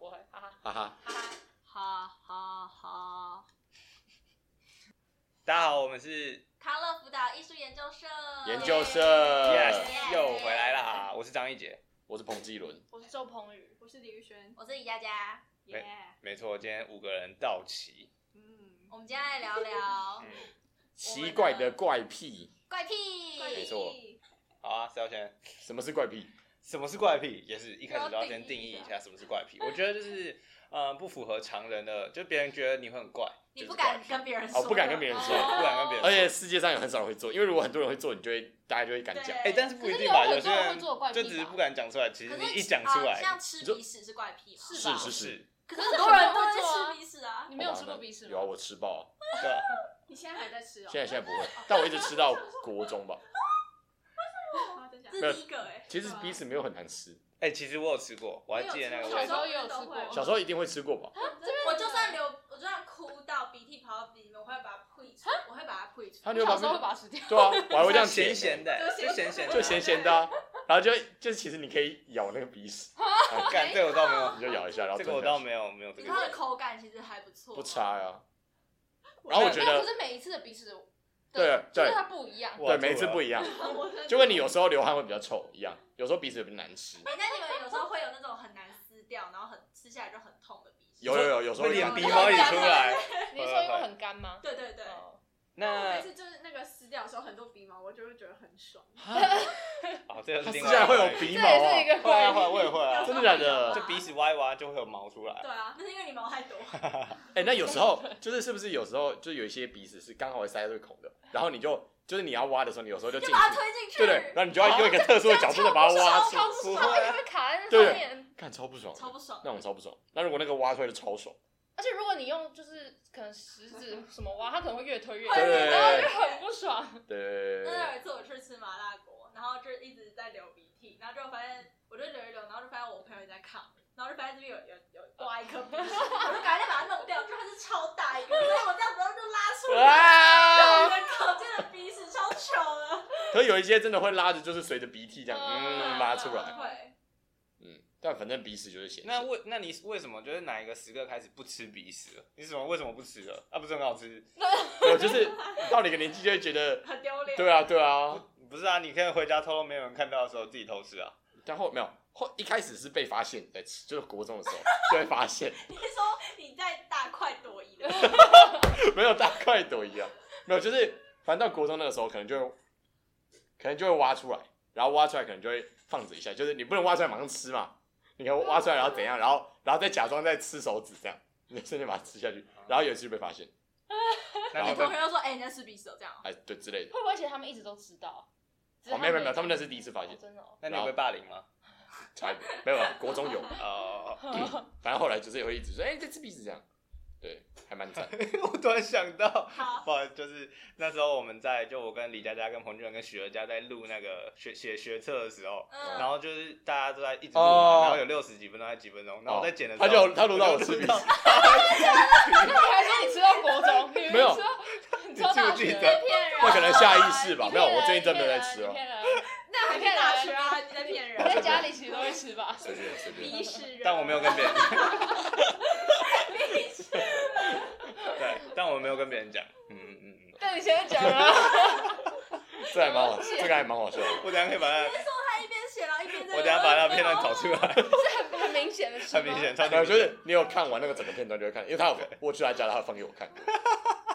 哈哈，啊哈哈哈！大家好，我们是康乐辅导艺术研究社，呃研究社 Yes 又回来啦，我是张一杰。我是彭继伦，我是周鹏宇，我是李宇轩，我是李佳佳。没耶、哎没错，今天五个人到齐。嗯，我们今天来聊聊嗯，奇怪的怪癖，怪癖。没错好啊，谁要先？什么是怪癖？什么是怪癖？也是一开始都要要先定定义义一下一下什么是怪癖。我觉得就是，呃，不符合常人的，就别人觉得你会很怪，你就是不怪敢癖跟别人说，哦，不敢跟别人对说，哦不敢跟别人说。而且世界上有很少人会做，因为如果很多人会做，你就会大家就会敢讲。哎，但是不一定吧，有些人就只是不敢讲出来，其可实你是一讲出啊来，像吃鼻屎是怪癖嘛？是吧是是，可是很多人都可是很多人会会做啊吃鼻屎啊。你没有吃过鼻屎吗？有啊，我吃爆啊，对吧？你现在还在吃哦、现在现在不 会，但我一直吃到国中吧。哦好再讲这是第一个哎、其实鼻屎没有很 难吃，哎，其实我有吃过，我还记得那个小味时候道。也有吃过小时候一定会吃过吧？我就算流，我就算哭到鼻涕跑到鼻里面，我会把它吐出，啊我会把它吐出。他你就小把时候会把它吃掉， 对啊，我还会这样咸舔咸欸，的，就咸就咸咸的，就咸咸的啊，然后就就其实你可以咬那个鼻屎，啊干这个我倒没有，你就咬一下，然后这个我吞下倒去没有没有这可个是它的口感其实还不错。不差呀。然后我觉没有可得是每一次的鼻屎的，对啊就对是它不一样。我对每一次不一样，就跟你有时候流汗会比较臭一样，有时候鼻子比较难吃。哎，那你们有时候会有那种很难撕掉，然后很吃下来就很痛的鼻屎？有有有，有时候会会连有鼻毛也出来。你是说因为很干吗？对对对，哦那次就是那个撕掉的时候很多鼻毛，我就会觉得很爽。哦，这个是它另竟外一然个会怪有癖。鼻这毛也是一啊！个会啊会怪啊会啊会啊，真的假的就鼻屎挖一挖就会有毛出来对。啊，那是因为你毛太多。哎，那有时候就是是不是有时候就有一些鼻屎是刚好会塞这个孔的，然后你就就是你要挖的时候，你有时候就就进把它去，推进去。对对，然后你就要用一个特殊的角度的把它挖出，超不不爽，会啊哎它会卡在那上面。看超不爽的，超不爽。那种超不爽。那如果那个挖出来就超爽，而且如果你用就是可能食指什么挖，它可能会越推越对远，然后对就很不爽。对那有一次我去吃麻辣锅，然后就一直在流鼻涕，然后就发现我就流一流，然后就发现我朋友也在看我，然后就发现这边有有有刮一颗鼻屎，我就赶快再把它弄掉，就它是超大一个，所以我这样子然后就拉出来，然后我啊！ 的口进的鼻屎超丑的。可有一些真的会拉着，就是随着鼻涕这样嗯拉出来，对，嗯，但反正鼻屎就是咸那咸。为那你为什么就是哪一个时刻开始不吃鼻屎了？你是什么为什么不吃了？啊，不是很好吃？对，就是到你个年纪就会觉得，很丢脸。对啊对啊，不是啊，你可以回家偷偷没有人看到的时候自己偷吃啊。但后没有后一开始是被发现在吃，就是国中的时候就会发现，你是说你在大快朵颐的时候，没有大块朵一样，没有就是反正到国中那个时候可能就会可能就会挖出来，然后挖出来可能就会放着一下，就是你不能挖出来马上吃嘛，你可能挖出来然后怎样，然后然后再假装在吃手指这样，你就瞬间把它吃下去，然后有一次就被发现，那你你好同会学就说：“哎，你在吃鼻屎哦，这样哦。哎对之类的，会不会其实他们一直都知道？只是哦没有没有没有讲他们那是第一次发现哦真的哦。那你会霸凌吗？差一点没有没有国中有，哦， 反正后来就是会一直说哎、在吃鼻子这样，对，还蛮惨，我突然想到，”好，不好意思，就是那时候我们在就我跟李佳佳、跟彭俊仁、跟许哲佳在录那个学写学测的时候，嗯，然后就是大家都在一直录嘛，哦然后有六十几分钟还是几分钟，然后我在剪的时候，他就他录到我吃鼻 到子。那你还说你吃到国中，你明明没有吃到你你吃到记不大记学，得骗人，那可能下意识吧，啊你骗人没有，我最近真的没有在你骗吃人哦你，骗人那还没大学啊，你在骗我在人，家里其实都会吃 吧。随便随便。鼻屎人。但我没有跟别人， 对，但我没有跟别人讲，嗯嗯嗯嗯，但你现在讲了，这还蛮好，这个还蛮好笑的。我等一下可以把它，他一边写，然后一边哦在。我等一下把那片段找出来，是很很明显的事吗很明，显，超级没有，呃明就显。是你有看完那个整个片段就会看，因为他有我去他家，他有放给我看，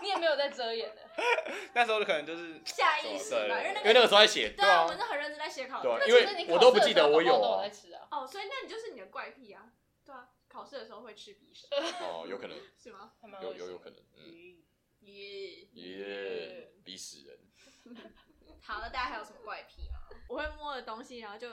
你也没有在遮掩的。那时候可能就是下意识吧，因为那因为那个个时候在写，对对啊，啊我，们是很认真在写考对啊卷。那因为其实你我考都试不的记得时候我搞不好有都啊在吃啊。哦，所以那你就是你的怪癖啊，对啊，考试的时候会吃 鼻屎哦，有可能，是吗？还蛮有恶心有的有可能，嗯，耶、耶，逼死人，好，那大家还有什么怪癖吗？我会摸的东西，然后就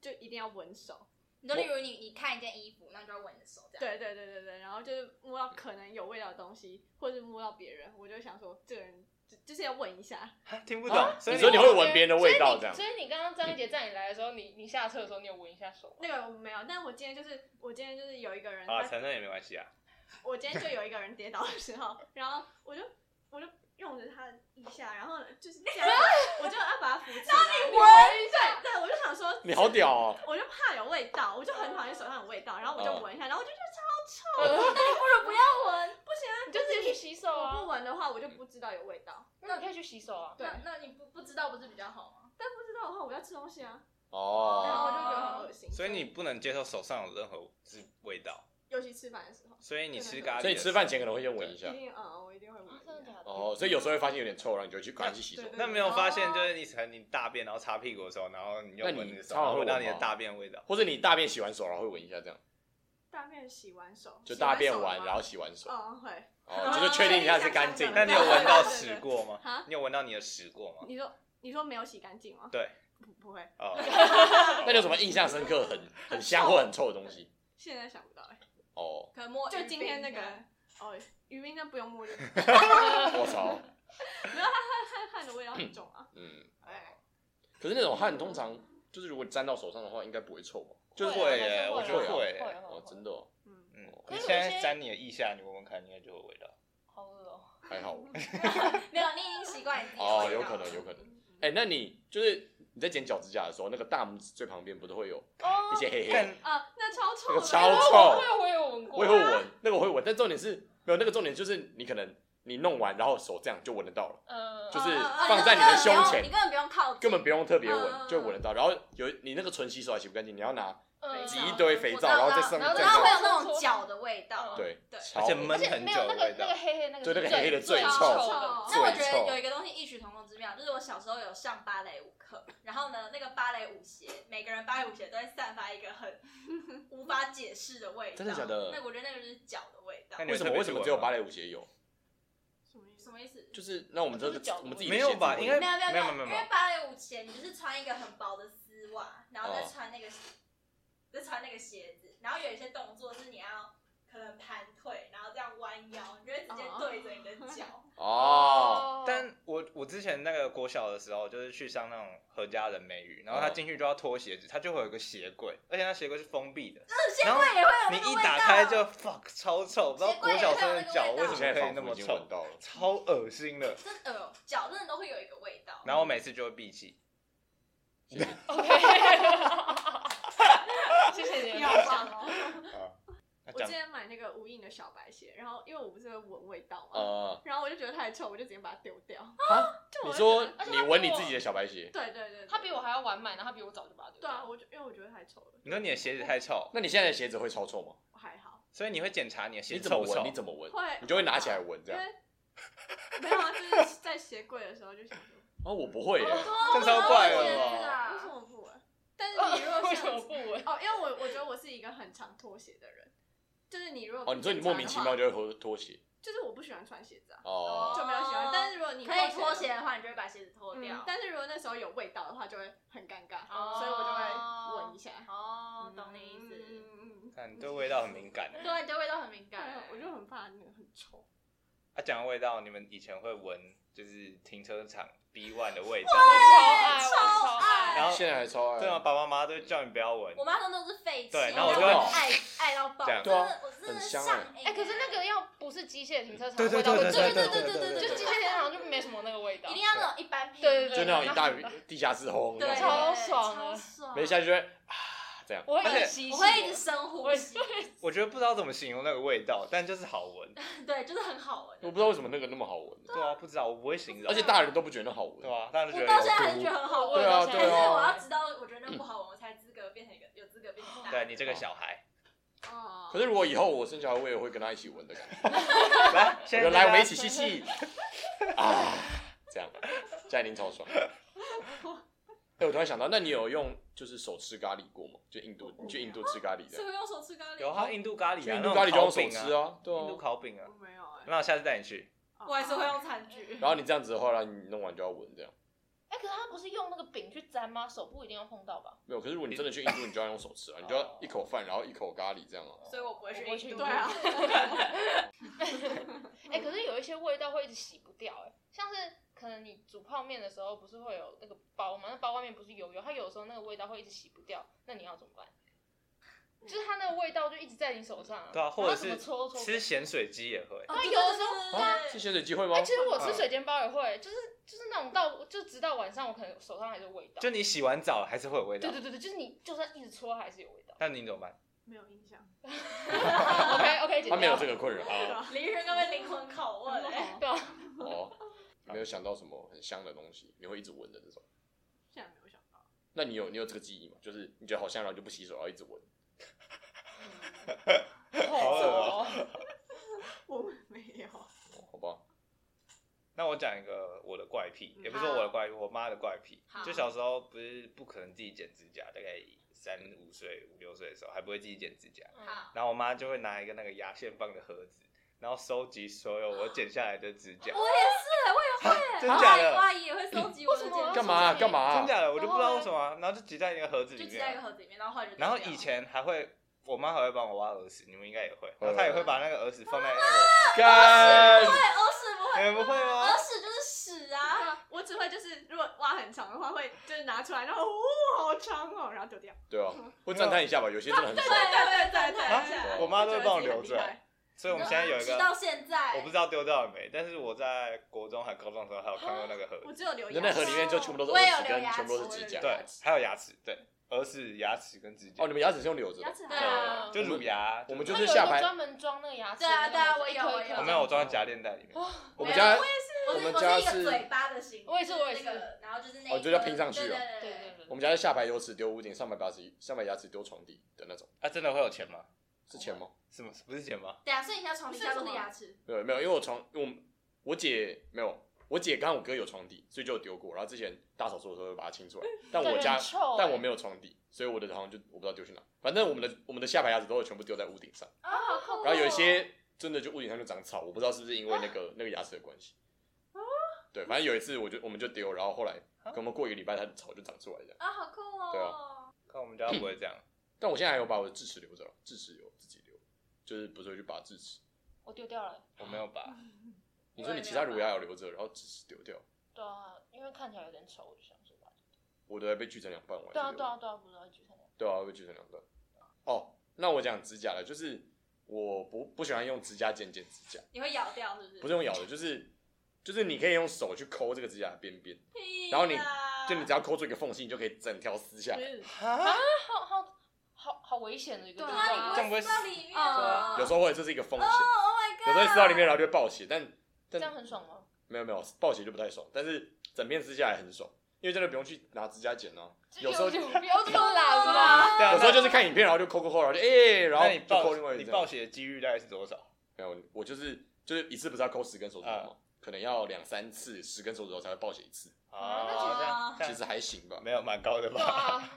就一定要闻手。你就例如你你看一件衣服，那你就要闻你的手这样。对对对对对，然后就是摸到可能有味道的东西，或是摸到别人，我就想说这个人就就是要闻一下。啊听不懂，所以你说你会闻别人的味道这样所以你刚刚张一杰在你来的时候，你你下车的时候，你有闻一下手吗？那个我没有，但我今天就是我今天就是有一个人，哦啊，他承认也没关系啊，我今天就有一个人跌倒的时候，然后我就我就用着他的腋下，然后呢就是这样， 我就要把他扶起来。闻一下，对，我就想说，你好屌哦，嗯我就怕有味道，我就很讨厌手上有味道，然后我就闻一下，然后我就觉得超臭，呃 啊啊话，我就不知道有味道。那你可以去洗手啊。那那你不不知道不是比较好吗？但不知道的话，我要吃东西啊，然后我哦就觉得很恶心。所以你不能接受手上有任何滋味道，尤其吃饭的时候，所以你吃咖喱的时候，所以吃饭前可能会先闻一一下。定嗯，我一定会啊闻。真的假的？哦，所以有时候会发现有点臭，然后你就去赶紧洗手对。对 那没有发现，就是你可能你大便然后擦屁股的时候，然后你又那闻你你的手，常然常会后闻到闻你的吗大便味道。或者你大便洗完手，然后会闻一下，这样大便洗完手，就大便完然后后洗完手，嗯会哦，就是确定一下是干 净。那对你有闻到对对屎对过 吗？哈，你有闻到你的屎过吗？你说你说没有洗干净吗？对，不不会，哦，啊那你有什么印象深刻、很很香或很臭的东西？现在想不到哎。哦，可能摸就鱼今天那饼个啊哦，鱼冰那不用 摸，就我操，汗汗的味道很重啊。 嗯。哎，可是那种汗通常就是如果沾到手上的话，应该不会臭吧？就是会啊耶，我好觉像会得啊会耶。哦，会，真的哦，嗯，嗯，可你是有现在些沾你的腋下，你闻闻看，应该就会有味道。好恶哦。还 好没有，你已经习惯你自己的哦，味有道可了能，有可能。哎，那你就是你在剪脚趾甲的时候，那个大拇指最旁边不都会有一哦，些黑黑的？但啊，那超臭那个的，超我臭也，我也有闻过，啊我也会闻，那个我会闻，但重点是没有那个重点就是你可能你弄完然后手这样就闻得到了，嗯，就是嗯嗯嗯放在你的胸前你根本不用靠近，根本不用特别嗯嗯闻嗯就闻得到。然后有你那个唇洗手还洗不干净，你要拿嗯挤一堆肥皂，然后在上面然后这然后样再会有那种脚的味嗯道。对对超而且恶闷而且很没久有那的个味那道个。黑黑那个，对那个黑黑的最臭臭的。那最我觉得臭有一个东西异曲同工之妙，就是我小时候有上芭蕾舞课，然后呢，那个芭蕾舞鞋，每个人芭蕾舞鞋都会散发一个 很无法解释的味道。真的假的那我觉得那个就是脚的味道那。你为什么为什么只有芭蕾？蕾舞鞋有？什么意什思？么意思？就是那我们这就是脚个我们自己的没有鞋子吧？会应该没有没没有有没有因没有为芭蕾舞鞋你就是穿一个很薄的丝袜，然后再哦穿那个鞋，再穿那个鞋子，然后有一些动作是你要可能盘腿，然后这样弯腰，你就会直接哦对着你的脚。哦，但我我之前那个国小的时候，就是去上那种何家人美语，然后他哦进去就要脱鞋子，他就会有个鞋柜，而且那鞋柜是封闭的，鞋然后柜也会有你 那个一味道。打开就 fuck 超臭，不知道鞋国柜也小会生有的那个脚味为道什么现可在以仿那佛么已经闻臭，到了。超恶心的。真的呃，脚真的都会有一个味道。然后我每次就会闭气，谢谢你你的好分啊享。棒哦！我那之讲前买那个无印的小白鞋，然后因为我不是会闻味道嘛，呃，然后我就觉得太臭，我就直接把它丢掉。啊，就你我就说觉得而且你他闻比你我自己的小白鞋， 对对对，对他比我还要晚买，然后他比我早就把它丢掉。对啊，我就因为我觉得太臭了，你说你的鞋子太臭，那你现在的鞋子会超臭吗？还好所以你会检查你的鞋你子怎么闻？臭不臭你？怎么闻？会，你就会拿起来闻这因样。为没有啊，就是在鞋柜的时候就想 说，哦，我不会耶，这哦超怪的哦吧？为什啊，么不闻？但是 你如 果为什像么不闻？哦，因为我我觉得我是一个很常脱鞋的人，就是你如果哦，你说你不检查的莫名其话妙，就会脱脱鞋就是我不喜欢穿鞋子啊，哦，就没有喜欢。但是如果你你可以脱脱鞋鞋的的话，你就会把鞋子脱话，掉嗯，。但是如果那时候有味道的话，就会很尴尬，哦所以我就会闻一下。哦，懂你意嗯思。嗯嗯嗯看你对味道很敏感。对，你对味道很敏对感，，我就很怕那个很臭。啊，讲到味道，你们以前会闻就是停车场 B one 的味道，我超爱，我超爱然后现在还超爱。对啊，，爸爸妈妈都叫你不要闻我。妈说都是废气，对然后我就爱爱到爆，这样真的，我真的啊很香欸上瘾。欸哎，可是那个要不是机械停车场对的对味道，对我对真对的对对对就机对，械停车场就没什么那个味道一定。要那种一般品，对对就对那种一大然后地下室轰，对，超爽的超爽没下去就会啊这样。我而会且一直吸我血，会一直深呼吸，我觉得不知道怎么形容那个味道，但就是好闻。对，就是很好闻。我不知道为什么那个那么好闻，对啊，不知道，我不会形容。而且大人都不觉得好对闻。啊，大人就觉我到现在得还是觉得很好我闻对，啊到对现在啊但是我要还知道，我觉得那不好闻，我才资格变成一个有资格变成大有。人。对你这个小孩，哦，可是如果以后我生小孩，我也会跟他一起闻的感觉。来，我现在就来，我大们家一起吸吸啊，这样，现在已经超 爽。哎，我突然想到，那你有用就是手吃咖喱过吗？就印度，你去印度吃咖喱是的，会用手吃咖喱？有啊，印度咖喱去啊，印那度种咖喱就烤用手饼吃啊，啊，对印度啊。烤饼啊我。没有哎，那我下次带你去。哦我还是会用餐具。然后你这样子的话，然后你弄完就要闻这样。哎，可是他不是用那个饼去沾吗？手不一定要碰到吧？没有，可是如果你真的去印度，你就要用手吃啊，你就要一口饭，然后一口咖喱这样啊。所以我不会去我不会去印印度。度对啊，哎，可是有一些味道会一直洗不掉，哎，像是可能你煮泡面的时候不是会有那个包吗？那包外面不是油油，它有时候那个味道会一直洗不掉，那你要怎么办？就是它那个味道就一直在你手上啊，对啊，或者然是后怎么搓搓吃咸水鸡也会。哦对对有的时候对啊对，是咸对水鸡会吗哎、？其实我吃嗯水煎包也会，就是就是那种到就直到晚上，我可能手上还是有味道。就你洗完澡还是会有味道。对，对对对，就是你就算一直搓还是有味道 那你怎么办？没有印象。 OK OK，他没有这个。个困扰。啊对林轩刚被灵魂拷问，哎对啊，哦没有想到什么很香的东西，你会一直闻的这种。现在没有想到。那你有你有这个记忆吗？就是你觉得好香，然后就不洗手，然后一直闻。好恶恶哦哦我们没有，好吧，那我讲一个我的怪癖，嗯也不是我的怪癖，我妈的怪癖好。就小时候不是不可能自己剪指甲，大概三五岁、五六岁的时候还不会自己剪指甲，嗯好，然后我妈就会拿一个那个牙线棒的盒子，然后收集所有我剪下来的指甲。我也是，我也会，真假的我阿姨也会收集我的为什剪么刀，啊干嘛啊手机干嘛啊？真假的，我就不知道为什么啊，然后就挤在一个盒子就里挤在一面个啊。盒子里面，然后后来就丢然后掉以前还会，我妈还会帮我挖耳屎，你们应该也会。然嗯后她也会把那个耳屎放在那干不会，耳屎不会，个，你们不会吗？耳屎就是屎啊， 我只会就是如果挖很长的话，会就是拿出来，然后哦，好长哦，然后丢掉。对啊，会赞叹一下吧，有些真的很对爽。对对对啊对对，我妈都会帮我觉得留自己着很厉害。所以我们现在有一直个，到现在，我不知道丢掉了没，但是我在国中还高中的时候还有看过那个盒我子，只有留你的牙那盒 齿，里面就全部都是我也有耳屎留跟牙齿全部都是指甲。对，还有牙齿，对，耳屎、牙齿跟指甲哦，，你们牙齿是用留着的牙。齿对还啊对就乳牙，我们它就有是一个下排专门装那个牙齿的对啊那个东西，对啊我有一颗一颗哦我我有没有，我装在夹链袋里面。我们家我是我们我家是一个是嘴巴的形，我也是我也那是个，然后就是那哦一就要颗拼上去对哦对对对对对，对，我们家是下排有齿丢屋顶，上排牙齿上排牙齿丢床底的那种，啊，真的会有钱吗？是钱吗？什么？不是钱 吗？等下，啊所以你要床不底是下说的的牙牙齿，齿，没有没有，因为我床我们我姐没有，我姐跟我哥有床底，所以就有丢过。然后之前大扫除的时候就把它清出来，但我家很臭欸但我没有床底，所以我的好像就我不知道丢去哪。反正我们的我们的下排牙齿都会全部丢在屋顶上，啊，好恐 然后有一哦些真的就屋顶上就长草，我不知道是不是因为那个、啊那个牙齿的关系。对，反正有一次我就我们就丢，然后后来啊可能过一个礼拜，它的草就长出来这样。啊，好酷哦，对啊看我们家不会这样，但我现在还有把我的智齿留着了，智齿有自己留，就是不是会去拔智齿。我丢掉了，我没有拔。你说你其他啊乳牙有留着，然后智齿丢掉，对啊，因为看起来有点丑，我就想说吧，我都还被锯成两半，我还是对啊留着对啊对啊，不知道举什么，对啊，会锯成两段。哦，那我讲指甲了，就是我不不喜欢用指甲剪剪指甲，你会咬掉是不是？不是用咬的，就是就是你可以用手去抠这个指甲的边边，屁啦，然后你啊就你只要抠出一个缝隙，你就可以整条撕下来。哈，好好好好危险的一个地对对方啊，啊，这你不样不会会撕到死里面啊哦，有时候会这是一个风险，哦，Oh my god，有时候撕到里面然后就会爆血，但这但样很爽吗？没有没有爆血就不太爽，但是整片撕下来很爽，因为真的不用去拿指甲剪哦、有时候就就不要这么懒啦，对啊有时候就是看影片，然后就抠抠抠，然后就哎、然后那你就抠另爆外一你只爆血的几率大概是多少？没有，我就是就是一次不是要抠十根手指头吗？啊可能要两三次，十根手指头才会爆血一次，啊那其实啊，其这样这实还行吧样。没有蛮高对的吧？啊，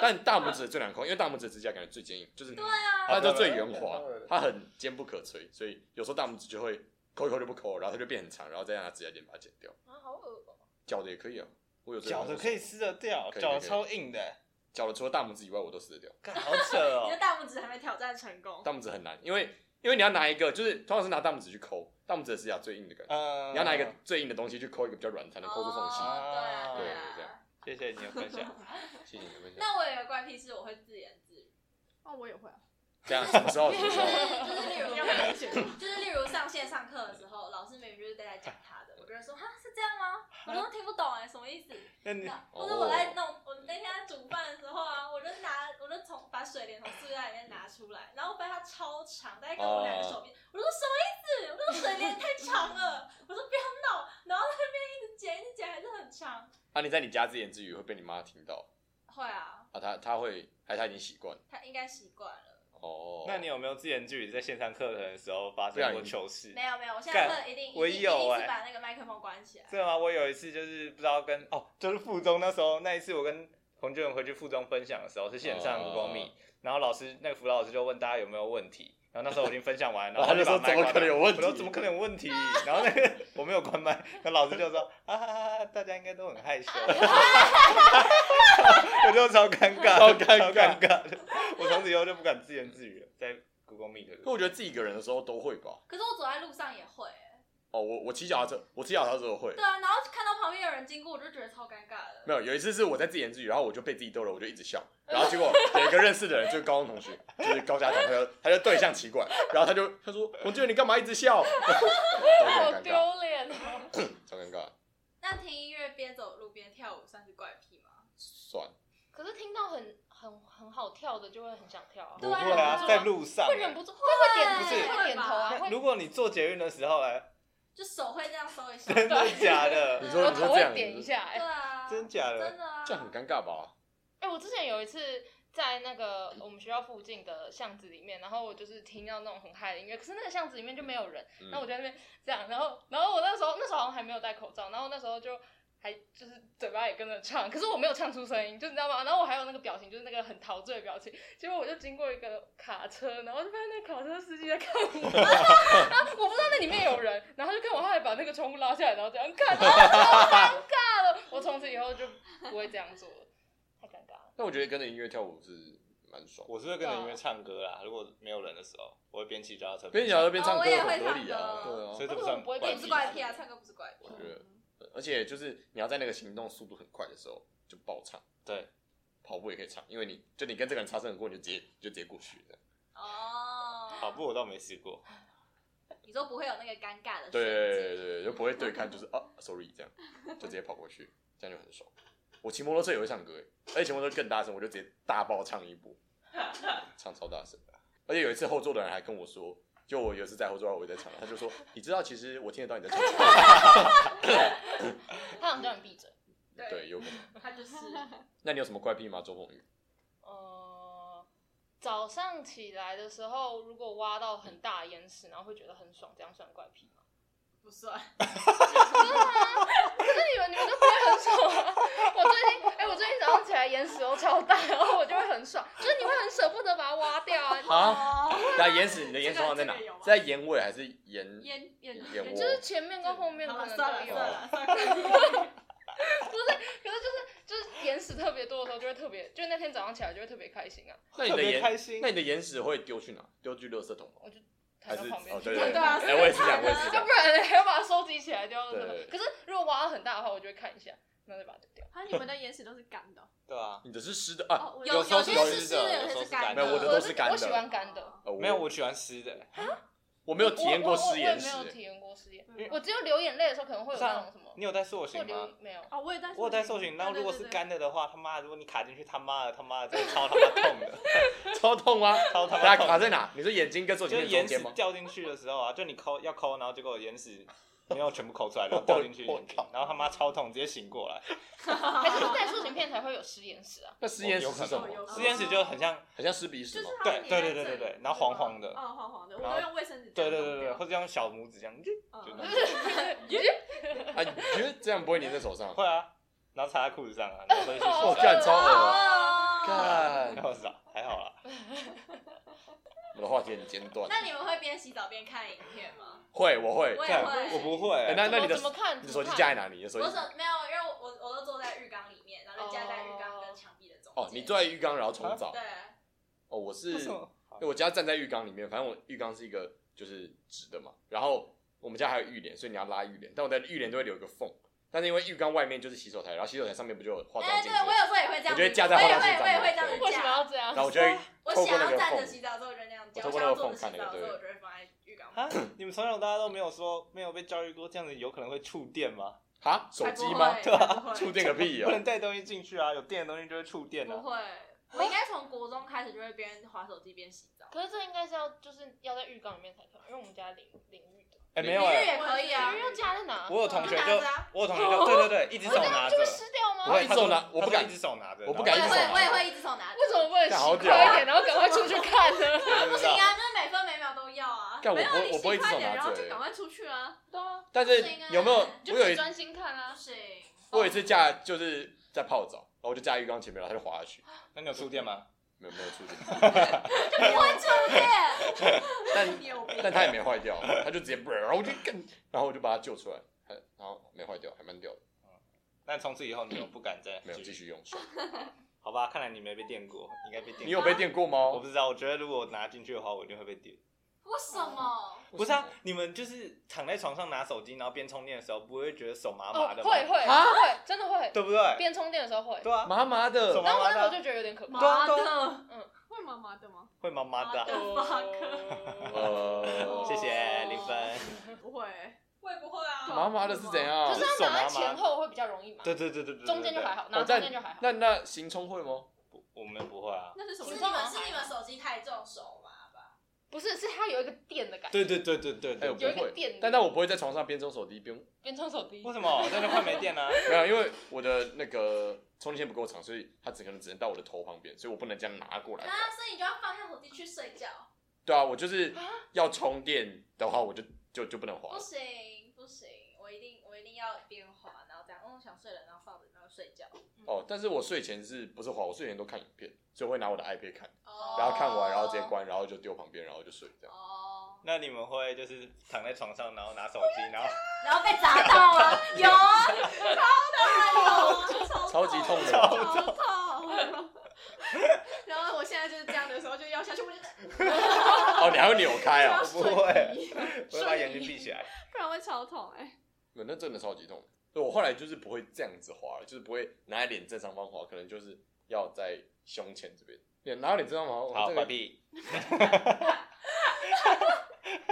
但大拇指最难抠，因为大拇指指甲感觉最坚硬，就是对啊，它就最圆滑，啊它很坚不可摧，所以有时候大拇指就会抠一抠就不抠，然后它就变很长，然后再让它指甲剪把它剪掉。啊好恶哦，脚的也可以啊，我有这个脚的可以撕得掉，可以脚可以超硬的，脚的除了大拇指以外我都撕得掉，干好扯哦你的。大拇指还没挑战成功，大拇指很难，因为因为你要拿一个就是通常是拿大拇指去抠，大拇指的指甲最硬的感觉，嗯，你要拿一个最硬的东西去抠一个比较软才能抠出缝隙。哦对啊，对对这啊样。谢谢你的分享。谢谢你的分享。那我有一个怪癖是我会自言自语， 哦，我也会啊，这样什么时候？什么就是时候？ 就是例如要危险。就是例如上线上课的时候，老师明明就是在讲他的，我就会说哈是这样吗？我都听不懂哎、什么意 思？那 你那或者我在弄，我那天在煮饭的时候啊，我就拿，我就从把水帘从塑料里面拿出来，然后我发现它超长，大概跟我两个手哦臂，我就说什么意思？我就说水帘太长了，我说不要闹，然后那边一直剪一直剪，还是很长。啊，你在你家自言自语会被你妈听到会啊，啊，她她会，还是她已经习惯了他应该习惯了。哦。那你有没有自言自语在线上课程的时候发不然生你过糗事？没有没有，我现干在课一定我一定有一定欸是把那个麦克风关起来。真的吗？我有一次就是不知道跟哦，就是附中那时候那一次，我跟洪俊文回去附中分享的时候是线上 Google 哦 Meet，、然后老师那个辅导老师就问大家有没有问题，然后那时候我已经分享完，然后哦他就说把麦怎么关可能掉有问题我说怎么可能有问题？然后那个我没有关麦，那老师就说啊哈哈哈，大家应该都很害羞， 我就超尴尬，超超尴尬尬的，我从此以后就不敢自言自语了，在 Google Meet 的时可候我觉得自己一个人的时候都会吧。可是我走在路上也会欸、哦，我我骑脚踏车，我骑脚踏车的时候会对。啊，然后看到旁边有人经过，我就觉得超尴尬的。没有，有一次是我在自言自语，然后我就被自己逗了，我就一直笑，然后结果有一个认识的人，就是高中同学，就是高家长，他就他就对象奇怪，然后他就他说：“洪俊，你干嘛一直笑？” 超好尴丢尬，脸哦，超尴尬，那听音乐边走路边跳舞算是怪癖吗？算了可是听到很很很好跳的就会很想跳啊对不会啊，在路上会忍不住会会点不是会点头啊，那会如果你做捷运的时候，哎，就手会这样搜一 下。真的假的？你我说你说头这样会，点一下哎、对啊，真假真的？的啊，这样很尴尬吧？哎、我之前有一次在那个我们学校附近的巷子里面，然后我就是听到那种很嗨的音乐，可是那个巷子里面就没有人，嗯然后我就在那边这样，然后然后我那时候那时候好像还没有戴口罩，然后那时候就。还就是嘴巴也跟着唱，可是我没有唱出声音，就你知道吗？然后我还有那个表情，就是那个很陶醉的表情。结果我就经过一个卡车，然后就发现那个卡车司机在看我， 然后我不知道那里面有人，然后他就看我，他还把那个窗户拉下来，然后这样看，然后我好尴尬了。我从此以后就不会这样做了，太尴尬了。但我觉得跟着音乐跳舞是蛮爽的。我是会跟着音乐唱歌啦，如果没有人的时候，我会边骑脚踏车边小的边唱歌哦我也会很合理唱啊，歌对啊所以。这不算我不会也怪不癖是怪癖啊，唱歌不是怪癖我。觉得，呃而且就是你要在那个行动速度很快的时候就爆唱，对，跑步也可以唱，因为你就你跟这个人擦身而过，你就直接你就直接过去的。哦，跑步我倒没试过，你说不会有那个尴尬的对对瞬对间，对，就不会对看， 就是啊，sorry 这样，就直接跑过去，这样就很爽。我骑摩托车也会唱歌耶，欸而且骑摩托车更大声，我就直接大爆唱一 波，唱超大声的。而且有一次后座的人还跟我说，就我有一次在后座，我也在唱，他就说，你知道其实我听得到你在唱什么吗，他想叫你闭嘴。 对，有可能。他 就是那你有什么怪癖吗，周梦宇？呃，早上起来的时候，如果挖到很大的岩石，然后会觉得很爽，这样算怪癖 吗？不算。可是你们你们都不会很爽啊！我最近哎、我最近早上起来岩石都超大，然后我就会很爽，就是你会很舍不得把它挖掉啊，啊，那岩屎，你的岩哦这屎个放在这哪个有吗？是在岩尾还是岩烟烟眼就窝？是前面跟后面可好了，能算都了有算，了算了，不是，可是就是就是岩石特别多的时候，就会特别，就那天早上起来就会特别开心啊，那你 特的别开岩，心那。你的岩屎会丢去哪？丢去垃圾桶吗？我就躺还到是旁边哦，去。对 对，对哎啊，我也是这样，我也是这要样不。然呢还要把它收集起来丢到垃圾桶。对可是如果挖到很大的话，我就会看一下，然后再把它丢掉。啊，你们的眼屎都是干的哦，对啊，你的是湿的啊？哦，有我有时候些有是湿湿的的，有时些候是是干干的没有我的我都是干的我喜欢干的。呃没有，我喜欢湿的。我没有体验过失我我我言也史没有欸体验过失言因为，我只有流眼泪的时候可能会有不是啊那种什么，你有带塑会形吗流？没有。哦，我有带，我有带塑形，然后如果是对，干的的话，他妈的，如果你卡进去，他妈的，他妈的，真的超他妈 痛的，超痛啊！超他大妈家卡痛的。在哪？你说眼睛跟左就眼睛是中眼屎间吗？掉进去的时候啊，就你抠要抠，然后结果眼屎没有全部抠出 来，然后掉进去眼我睛靠，然后他妈超痛，直接醒过来。还是带塑形片才会有失言史啊？那失言史是什么？有可实能验室就很像，很像湿鼻就屎是吗？它对粘对在对对这对里对，然后黄黄对的吧，哦，黄黄的，我然后都用卫生纸这对样对弄对对，掉，或者用小拇指这样，就那嗯种啊，你觉得这样不会粘在手上？会啊，然后插在裤子上啊，然后回去 洗哦，手，干超恶哦干！然后啊，还好啦，我的话题很间断。那你们会边洗澡边看影片吗？会，我会我。也干会我不会哎欸，那那你的怎么怎么看？你手怎么机看架在？哪里？你的手我机手没有，因为我我我都坐在浴缸里面，然后就架在浴缸跟墙壁的中间。哦，你坐在浴缸然后冲啊澡对。哦，我是为什 么因为我家站在浴缸里面，反正我浴缸是一个就是直的嘛，然后我们家还有浴帘，所以你要拉浴帘，但我的浴帘都会留一个缝，但是因为浴缸外面就是洗手台，然后洗手台上面不就有化妆哎，镜对子，我有时候也会这样子，我觉得架在化妆我也镜上会我也会面这对样子架为什么要这样然？后我就会我透过想那要个站着缝，洗澡的时候，我就会那样我透叫；我过想那个要缝看那坐着洗澡的个对时候，我就会放在浴缸。啊，你们从小到大都没有说没有被教育过这样子有可能会触电吗？哈手机吗？对啊触电个屁不呀、能带东西进去啊，有电的东西就会触电不啊。会，我应该从国中开始就会边划手机边洗澡。可是这应该是要就是要在浴缸里面才可以，因为我们家淋淋浴的。哎，没有一日哎，也可以啊淋浴，要架在哪？我有同学就拿着啊我有同学就对对对，一只手拿着就会，湿掉吗？不会，一他只说手拿我不他说敢一只手拿着，我不我敢也一直会手拿，我也会一直手拿着。为什么不能干好洗屌啊快一点，然后赶快出去看呢？不不行啊，就是每分每秒都要啊。干我没不有，会你我不会洗一只快手一点，拿然后着就欸，赶快出去 啊，对啊，但是有没有就 我有只一专心看啊不。行，我有一次架就是在泡澡，然后我就架浴缸前面，然后它就滑下去，那你有触电吗？没有没有触 电，不会触电。但你有病但它也没坏掉，它就直接，然后我就干，然后我就把它救出来，还然后没坏掉，还蛮屌的，但从此以后你又不敢再没有继续用手。好吧，看来你没被电过，你应该被电过。你有被电过我吗？不知道，我觉得如果我拿进去的话，我一定会被电。为什么？不是啊，你们就是躺在床上拿手机，然后边充电的时候，不会觉得手麻哦，麻会的吗？会啊会，真的会。对不对？边充电的时候会，对啊，麻麻的手，然 麻后我麻那时候的啊，就觉得有点可怕。啊妈对的，会麻麻的吗？会麻麻的啊。哦呃，谢谢零分。不会，会不会啊？麻麻的是怎可样是？它拿在前后会比较容易嘛，对对对对对，对中间就还。好，拿哦中间就还好。那那行冲会吗？对我们不会啊，那是什是么你意思？们是你们手机太重手麻吧？不是，是它有一个电的感对觉，对对对对哎，对我不有一个会，电，但但我不会在床上边冲手机边边冲手机为，什么？那就快没电啦、 没有，因为我的那个充电线不够长，所以它只可能只能到我的头旁边，所以我不能这样拿过来。啊，所以你就要放下手机去睡觉，对啊，我就是要充电的话，我就就就不能滑不。行不行，我一定我一定要边滑，然后这样，嗯，想睡了，然后放着，然后睡觉，哦，但是我睡前是不是滑？我睡前都看影片，所以我会拿我的 iPad 看，哦然后看完，然后直接关，然后就丢旁边，然后就睡这样。哦，那你们会就是躺在床上，然后拿手机， 然后然后被砸到啊，有啊，超痛，超级痛的，哦好痛。 然后我现在就是这样的时候就要下去，我就 哦，你还会扭哎开啊要？不瞬会移，我会把眼睛闭起来。不然会超痛哎。对，那真的超级痛。对，我后来就是不会这样子滑了，就是不会拿在脸正上方滑，可能就是要在胸前这边。脸拿到脸正上方滑，好，这个关 闭。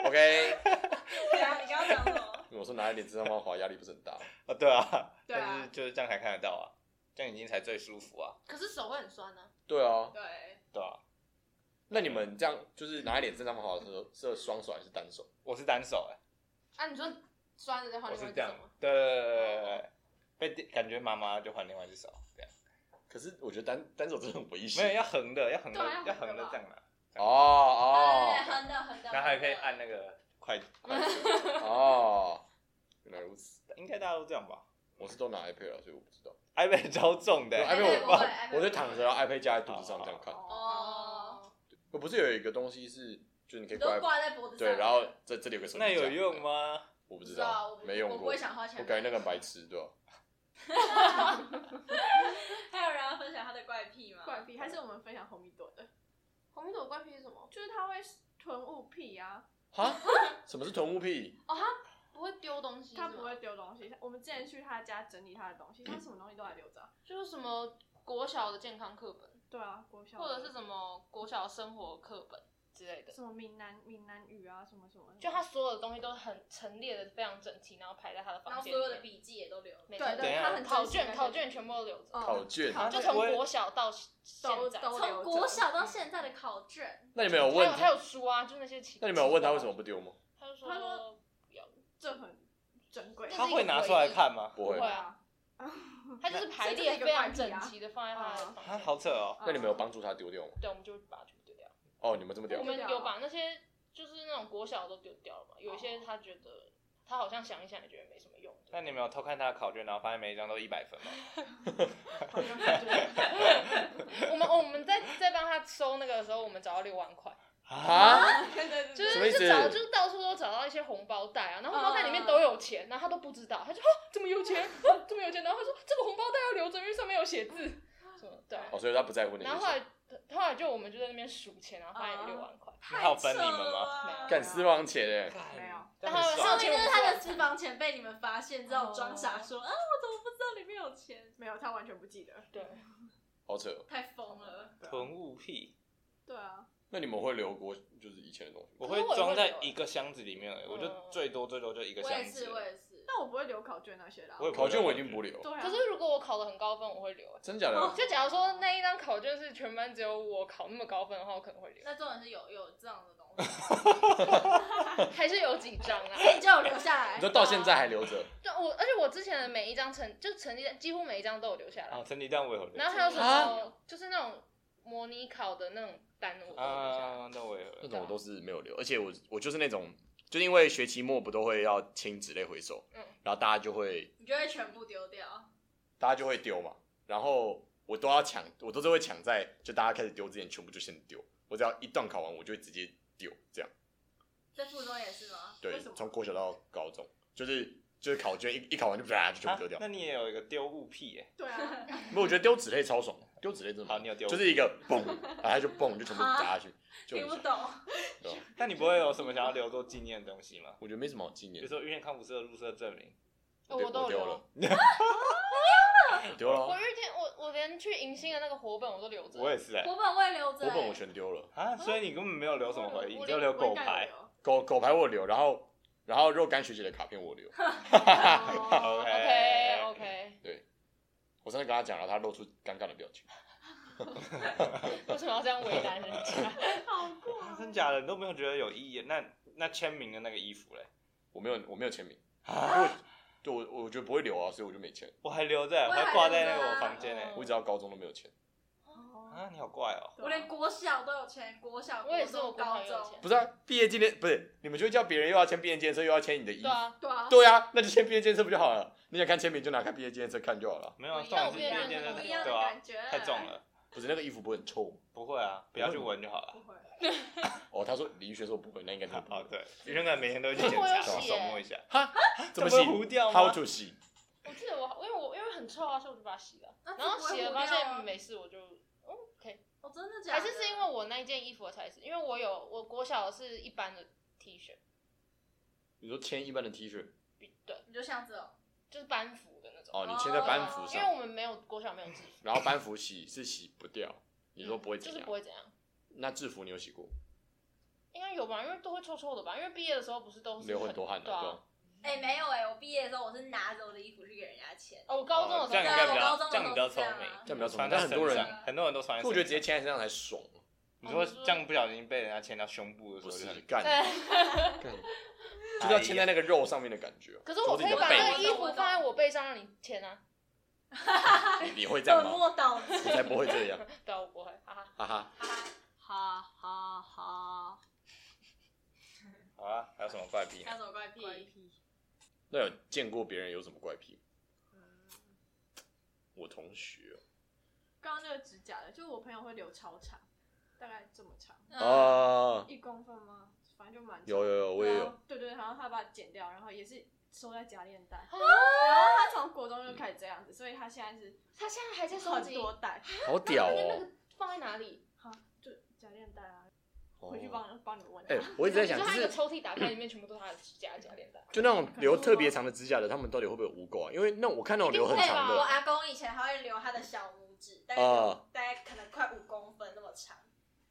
OK。对啊，你刚刚讲什么？我说拿在脸正上方滑，压力不是很大。啊，对啊，对啊但是就是这样才看得到啊，这样眼睛才最舒服啊。可是手会很酸呢。对啊，对，对啊，那你们这样就是拿在脸正上方滑的时候，是双手还是单手？我是单手哎、啊，你说酸的再换我另外是一这只样手吗，对对对对对对，被电感觉麻麻就换另外一只手，这样可是我觉得单单手真的很危没有险。要横的，要横的对啊，要要横横的的吧这样拿，哦哦对，横的横的，然后还可以按那个快快速，哎哦，原来如此。应该大家都这样吧我是都拿 iPad 了，所以我不知道。 ？iPad 超重的、对欸， iPad 对哎我不会，iPad 我就躺着，然后 iPad 架在肚子上哦这样看。哦，我不是有一个东西是，就是你可以你都挂在挂在脖子上，对，然后这这里有个手机那架。有用？吗？我不不知知道道，，没用我过。不会想花钱我买，感觉那个很白痴，对吧？ 还有人要分享他的怪癖吗？怪癖还是我们分享红米朵的，红米朵怪癖是什么？就是他会囤物癖啊，哈？什么是囤物癖？哦，他不会丢东西，他不，会丢东西。我们之前去他家整理他的东西，他什么东西都还留着啊。就是什么国小的健康课本，对啊，国小或者是什么国小生活课本之类的，什么闽南闽南语啊，什么什么的，就他所有的东西都很陈列的非常整齐，然后排在他的然房后间所里面。有的笔记也都留了。没错对等一对，下他很考珍惜卷那些考卷全部都留着，考嗯卷。考就卷从我也国小到都现在。都留从着国小到现在的考卷，那你们有还问有？还有书啊，就是那些情。那你们有问他为什么？不丢吗？他就他说说不要，这很珍贵。啊他他会拿出来看吗？不不会会。啊，他就是排列非常整齐的放在他的啊，房好间。扯哦。那你们有帮助他丢掉吗？对，我们就把它全部丢掉。哦，你们这么我屌，们有把那些就是那种国小都丢掉了嘛，有一些他觉得他好像想一想也觉得没什么用。那你们有偷看他的考卷，然后发现每一张都一百分吗？好像感觉我们哦我们在在帮他收那个的时候，我们找到六万块。啊？对对对就什么意是思就找就是到处都找到一些红包袋啊，然后红包袋里面都有钱，然后他都不知道，他就哦怎么有钱，哦怎么有钱，然后他说这个红包袋要留着，因为上面有写字，什么对啊，哦，所以他不在乎你然。后后来后来就我们就在那边数钱，然后发现六万块，你还有分你们吗？吗干私房钱哎，没有，这然样后很说爽明就是他的私房钱被你们发现之后装傻说，啊，我怎么不知道里面有钱？没有，他完全不记得。啊对，好扯。哦太疯了！囤物癖，对啊，那你们会留过就是以前的东西吗？我会装在一个箱子里面而已，可我是我也会留就最多最多就一个我箱也子是，。我也是。但我不会留考卷那些的啊。我也不会考卷我一定不留，对啊，可是如果我考的很高分，我会留、欸真假的？就假如说那一张考卷是全班只有我考那么高分的话，我可能会留，那重点是有有这样的东西，还是有几张啊？你就有留下来。你说到现在还留着？对，我而且我之前的每一张成就成绩单几乎每一张都有留下来然，后成绩单我也有留然。后还有什么啊就是那种模拟考的那种单我都留下来，啊，那我也有那留。种我都是没有留，而且我我就是那种，就是因为学期末不都会要清纸类回收，嗯然后大家就会你就会全部丢掉。大家就会丢嘛，然后我都要抢，我都是会抢在就大家开始丢之前，全部就先丢。我只要一段考完，我就会直接丢，这样。在附中也是吗？对为什，么从国小到高中，就是就是考卷一一考完就啪就全部丢掉。那你也有一个丢物癖耶？对啊，不，我觉得丢纸类超爽的，丢纸类真的好，你有丢物就癖？是一个 嘣，然后就嘣就全部砸下去，就听很不爽。对懂。吧那你不会有什么想要留作纪念的东西吗？我觉得没什么好纪比念如的，说遇见康复社的入社证明，哦对我都有丢留了， 我丢了我啊，遇见我，我连去迎新的那个活本我都留着。我也是哎。我本我也留欸着、我本我全丢了，啊，所以你根本没有留什么回忆，我你留就留我狗应该牌 有。留。狗狗牌我留，然后然后若干学姐的卡片我留。哦 OK OK，我上次跟他讲，然后他露出尴尬的表情。为什么要这样为难人家？好酷啊啊！真假的你都没有觉得有意义？那那签名的那个衣服嘞？我没有我没有签名，啊，就我我觉得不会留啊，所以我就没签，我还留着，我我也还挂在那还个留着啊我房间嗯呢。我一直到高中都没有签。哦 啊，你好怪哦！我连国小都有签，国小、我也是国中我国小高也有中签，不是啊，毕业纪念不是你们就会叫别人又要签毕业纪念册，又要签你的衣对服。啊，对啊，对啊，那就签毕业纪念册不就好了？你想看签名就拿看毕业纪念册看就好了。没有啊，不一重样点是毕业纪念不册一样对的啊感，觉，太重。了。不是那个衣服不会很臭吗？不会啊，不要去闻就好了。哦，他说李玉轩说不会，那应该就不哦，会。对，医生可能每天都会去检我查，有手洗摸一下。怎么这洗不会糊掉吗？How to 洗？我记得我因为我因为很臭啊，所以我就把它洗了，那然后这不会洗了糊发掉现吗没事，我就哦 OK。啊哦，真的假还的？是是因为我那一件衣服的材质，因为我有我国小是一般的 T 恤，你说签一般的 T 恤比对，你就像这种，就是班服的那种。哦，你签在班服因为上，我们没有国小没有制服，然后班服洗是洗不掉，你说不会就怎是样不？会怎样，那制服你有洗过？应该有吧？因为都会臭臭的吧？因为毕业的时候不是都是流很多汗的，对对啊吧。？哎、没有哎、我毕业的时候我是拿着我的衣服去给人家签，哦，我高中的时这候样应该对啊比我较高中，的这样比较时聪候是这明样啊。这样比较聪明穿在但很多人身上很多人都穿可在身上。我觉得直接签在身上才爽，你哦说这样不小心被人家牵到胸部的时不候就是很，干，干 就是要签在那个肉上面的感觉。啊啊可是我可以把手指那的个背衣服放在我背上让你牵啊， 你你会这样本吗？末倒置。你才不会这样，对啊，我不会，哈哈。哈哈。哈哈哈，好啊，还有什么怪癖呢？ 还有什么怪癖？怪癖。那有见过别人有什么怪癖吗？嗯我同学刚刚那个指甲的，就是我朋友会留超长，大概这么长，嗯哦啊，一公分吗？反正就蛮长。有有有，我也有。。对对，然后他把它剪掉，然后也是收在假链啊袋。然后他从国中就开始这样子，所以他现在是他现在还在收很集，多袋，好屌那那 哦！个放在哪里？好，就假链袋啊，哦回去帮帮你问他哎。，我一直在想，你就说他一是个抽屉打开，里面全部都是他的指甲夹链带。就那种留特别长的指甲的，他们到底会不会有污垢啊？因为那我看那种留很长一定哎我会的阿公以前还会留他的小拇指，大概、啊大概可能快五公分那么长，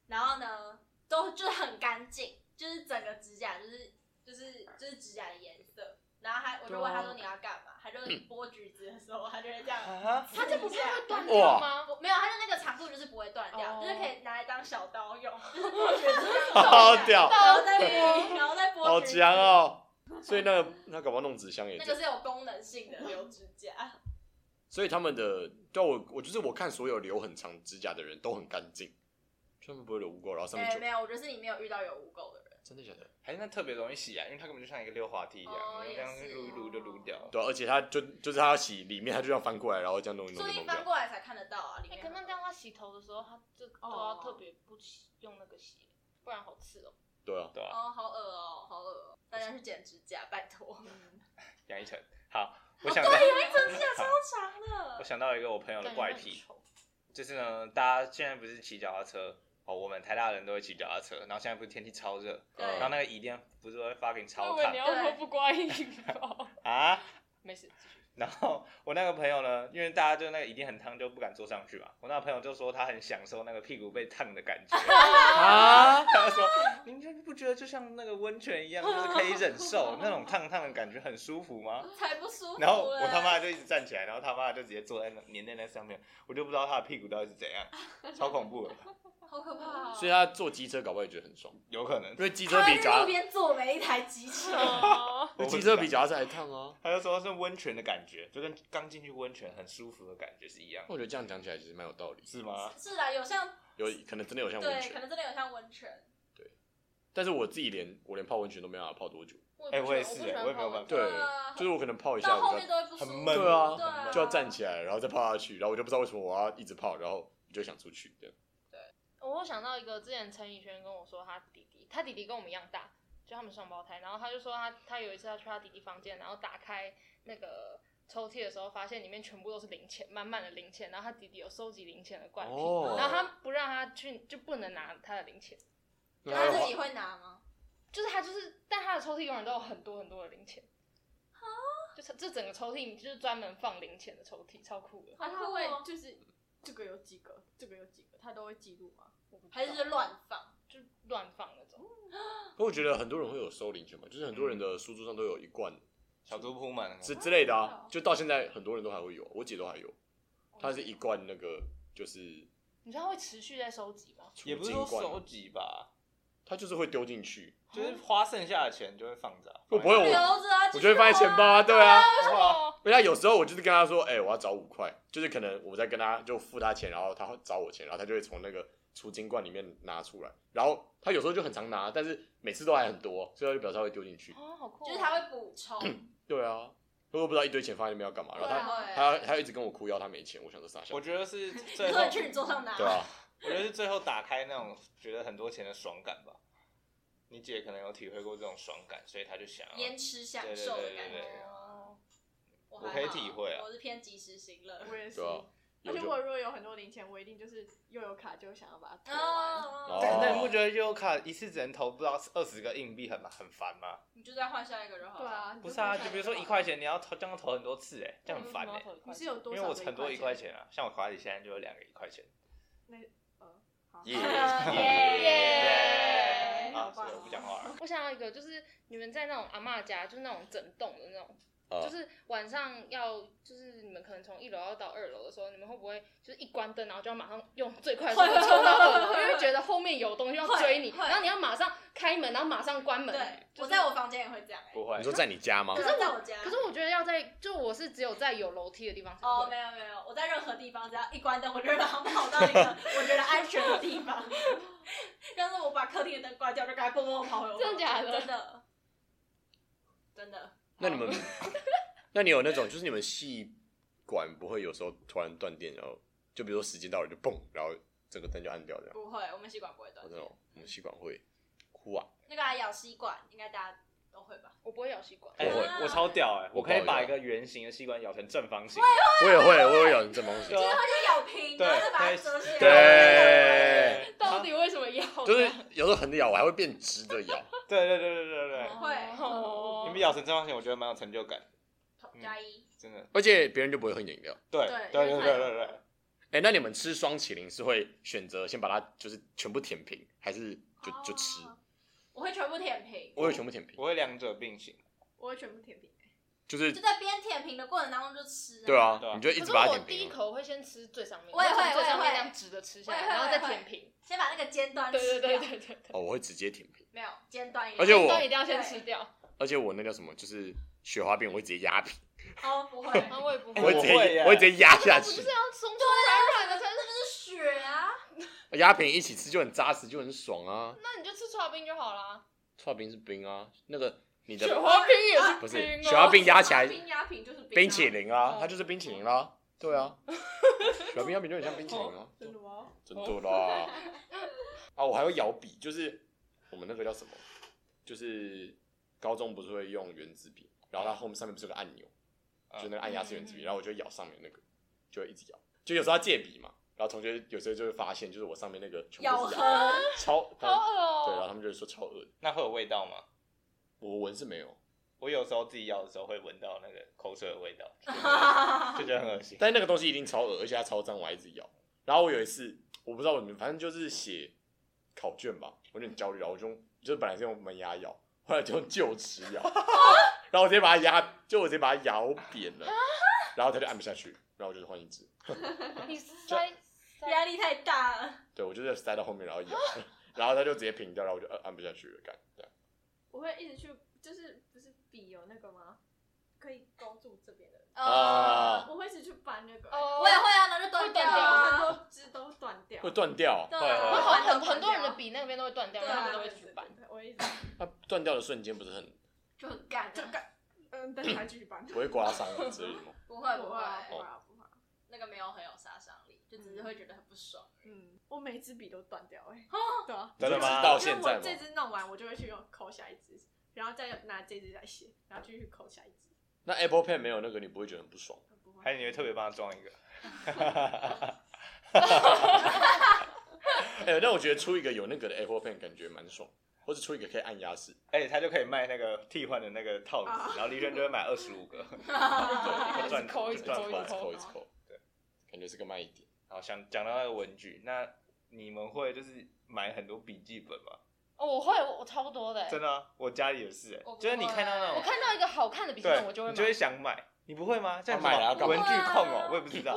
然后呢，都就是很干净，就是整个指甲就是就是就是指甲的颜色。然后他我就问啊他说你要干嘛，他就嗯剥橘子的时候，他就会这样。啊，他这不是会断哇掉吗？我没有，他的那个长度就是不会断掉哦就是可以拿来当小刀用， 就是剥橘子这 样好剥屌 下来，然后再剥，然后再剥好橘子强！哦！所以那个那搞不好弄纸箱也那这个样。是有功能性的留指 甲，所以他们的，对啊我我就是我看所有留很长指甲的人都很干净，就他们不会留污垢，然后上面哎，就没有，我觉得是你没有遇到有污垢的人。真的假的？还是那特别容易洗啊，因为它根本就像一个溜滑梯一样，哦你这样也是撸一撸就撸掉了。对啊，而且他就就是他要洗里面，他就要翻过来，然后这样弄一弄所就以弄翻掉。过来才看得到啊，里哎、面可很那多。这样他洗头的时候，他这都要特别不洗用那个洗，不然好刺哦。对啊，对啊，哦，好恶哦，好恶哦！大家去剪指甲，拜 托。杨一晨，好，哦我想到，指甲超长我的，想到一个我朋友的感觉怪很癖，臭。就是呢，大家现在不是骑脚踏车哦，我们台大人都会骑脚踏车，然后现在不是天气超热，对然后那个椅垫不是会发给你我超以为烫你要说不刮衣服，啊？没事，继续然后我那个朋友呢，因为大家就那个椅垫很烫，就不敢坐上去嘛。我那个朋友就说他很享受那个屁股被烫的 感觉，啊，他就说：“您就不觉得就像那个温泉一样，就是可以忍受那种烫烫的感觉，很舒服吗 才不舒服？”欸嘞。然后我他妈就一直站起来，然后他妈就直接坐在那粘在那上面，我就不知道他的屁股到底是怎样，超恐怖的，好可怕哦！所以他坐机车搞不好也觉得很爽，有可能 因。为机车他比会在脚路，边坐每一台机车，哦 因为机车比脚踏车还烫啊。他就说是温泉的感觉，就跟刚进去温泉很舒服的感觉是一样的，我觉得这样讲起来其实蛮有道理，是吗？ 是啦，有像有可能真的有像温对，可泉，能真的有像温泉。但是我自己连我连泡温泉都没办法泡多久，哎我也不喜是欢哎我也没有办法对啊，就是我可能泡一下到我后就要面都会不舒很服。闷对啊对啊，就要站起来，然后再泡下去，然后我就不知道为什么我要一直泡，然后我就想出去这样。我又想到一个，之前陈以轩跟我说他弟弟，他弟弟跟我们一样大，就他们双胞胎。然后他就说他他有一次他去他弟弟房间，然后打开那个抽屉的时候，发现里面全部都是零钱，满满的零钱。然后他弟弟有收集零钱的怪癖，哦然后他不让他去，就不能拿他的零钱，那他他自花己会拿吗？就是他就是，但他的抽屉永远都有很多很多的零钱。就是这整个抽屉就是专门放零钱的抽屉，超酷的。啊，好他酷哦会就是这个有几个，这个有几个，他都会记录吗？我不知道还是就乱放？就乱放那种？可我觉得很多人会有收零钱嘛，就是很多人的嗯书桌上都有一罐小猪铺满了，之之类的哦啊，就到现在很多人都还会有，我姐都还有，她是一罐那个就是你知道它会持续在收集吗？也不是储说精罐收集吧，他就是会丢进去，就是花剩下的钱就会放着啊。我不会，留我着啊，我就会放在钱包啊，对啊。哦，因为他有时候我就是跟他说，哎、我要找五块，就是可能我在跟他就付他钱，然后他会找我钱，然后他就会从那个储金罐里面拿出来，然后他有时候就很常拿，但是每次都还很多，所以他就表示他会丢进去。哦，好酷哦，就是他会补充，嗯对啊，我也不知道一堆钱放在那边要干嘛，然后对他、啊他他一直跟我哭要他没钱，我想说 傻笑我，觉得是最你后说，你去你桌上拿，对 啊，我觉得是最后打开那种觉得很多钱的爽感吧。你姐可能有体会过这种爽感，所以她就想要 延迟享受对的感对对对觉对。哦我我还可以好体会啊我是偏及时行乐。我也是对。啊，而有且就我如果有很多零钱，我一定就是又有卡就想要把它啊投完。哦，哦但那你不觉得悠游卡一次只能投不到二十个硬币很很烦吗？你就再换下一个就好对了。啊，你不是投啊，下就比如说好一块钱，你要投这样投很多次、欸，哎，这样很烦嗯哎、欸。你是有多因少？为我很多一块钱。钱啊，像我卡里现在就有两个一块钱。好 耶耶耶啊，好所棒以我不讲话了。我想要一个，就是你们在那种阿嬷家，就是那种整栋的那种，哦啊就是晚上要，就是你们可能从一楼要到二楼的时候，你们会不会就是一关灯，然后就要马上用最快的速度会冲到二会楼，会因为觉得后面有东西要会追你，会然后你要马上开门，然后马上关门。对，就是我在我房间也会这样欸。不会你，说在你家吗可？是在我家，可是我觉得要在，就我是只有在有楼梯的地方才哦，会。没有没有，我在任何地方只要一关灯，我就会马上跑到一个我觉得安全的地 方。要是我把客厅的灯关掉，就赶快蹦蹦跑回我房间。真的假的真的，真的。那你们， 那你有那种就是你们系管不会有时候突然断电，然后就比如说时间到了就蹦，然后整个灯就暗掉这样。不会，我们吸管不会断我啊那。种我们系管会哭啊，那个还咬吸管，应该大家都会吧？我不会咬吸管。哎、不会我我超屌哎、我可以我爆把料一个圆形的吸管咬成正方形。我也会，我也有人这东西对，啊它就咬平，对然后再把它折起来。对，到底为什么咬呢？就是有时候横着咬，我还会变直的咬。对对对对对对哦会哦你们咬成正方形，我觉得蛮有成就感，嗯加一，真的。而且别人就不会喝你的饮料。对对对因对为对对对，哎、那你们吃双麒麟是会选择先把它就是全部舔平，还是就就吃？哦我会全部舔平，我有全部舔平，我会两者并行。我会全部舔平。就是就在边舔平的过程当中就吃。对，啊对啊，你就一可直是把它我舔第一平啊。口会先吃最上面，我也会然后从最上我面也会这样直的吃下来，我也会然后再我也舔会平。先把那个尖端吃对对掉。对对对对。哦，我会直接舔平，没有尖端一点。而且我但一定要先吃掉。而且我那叫什么，就是雪花冰，我会直接压平，哦 不会， 然后我也不哎我会会直我会接耶我会直接压下不去是，要松松软软的才是？是雪啊，压平一起吃就很扎实，就很爽啊。那你就吃刨冰就好啦。刨冰是冰啊，那个你的花冰也不是冰哦雪花冰压起来冰压平就是冰啊冰淇。淋啊哦，哦它就是冰淇淋啦。对啊，雪花冰压平就很像冰淇淋啊。真的吗？真的啦。啊，我还会摇笔，就是我们那个叫什么，就是高中不是会用圆珠笔，然后它后面上面不是有个按钮，嗯就那个按压是圆珠笔，嗯然后我就会咬上面那个，就会一直咬，就有时候他借笔嘛，然后同学有时候就会发现，就是我上面那个全部咬都是合牙，超好恶对，然后哦。他们就会说超恶的，那会有味道吗？我闻是没有，我有时候自己咬的时候会闻到那个口水的味道，就觉得很 恶心。但那个东西一定超恶，而且它超脏，我还一直咬。然后我有一次，我不知道我们反正就是写考卷吧，我有点焦虑，然后我就用就是本来是用门牙咬，后来就用臼齿咬，然后我直接把它压，就我直接把它咬扁了，然后它就按不下去，然后我就是换一只，你塞压塞，力太大了。对我就是塞到后面然后咬，然后它就直接平掉，然后我就按按不下去了，干这样。我会一直去，就是不是笔有那个吗？可以勾住这边的，啊我会一直去搬那个。哦哦我也会啊，那就断掉我很啊。多枝都断掉。会断掉，对然后啊，很很很多人的笔那边都会断掉，对然啊后他们都会去搬。对，我一直它啊断掉的瞬间不是很就很干，啊就干，嗯，但是还继续搬。不会刮伤之类的吗？不会不不会啊不会，会啊不会啊。那个没有很有杀伤力，就只是会觉得很不爽。嗯，我每支笔都断掉哎。对啊。真的你就直吗到因为现在我吗？这支弄完，我就会去用抠下一支，然后再拿这支来写，然后继续抠下一支。那 Apple Pen 没有那个，你不会觉得很不爽？不还会，是你会特别帮他装一个？ 哎、但我觉得出一个有那个的 Apple Pen 感觉蛮爽，或者出一个可以按压式，而且他就可以卖那个替换的那个套子，然后李轩就会买二十五个， 对就赚啊抠一就直转赚抠啊过一来直一直扣翻一直扣，对，感觉是个卖点。好，想讲到那个文具，那你们会就是买很多笔记本吗？哦，我会，我我超多的欸。真的啊，我家里也是欸我，不就是你看到那我会种，看到一个好看的笔记对，本，我就会你就会买，想买，你不会吗？这样买了要什么干嘛文具控不哦会啊，我也不知道，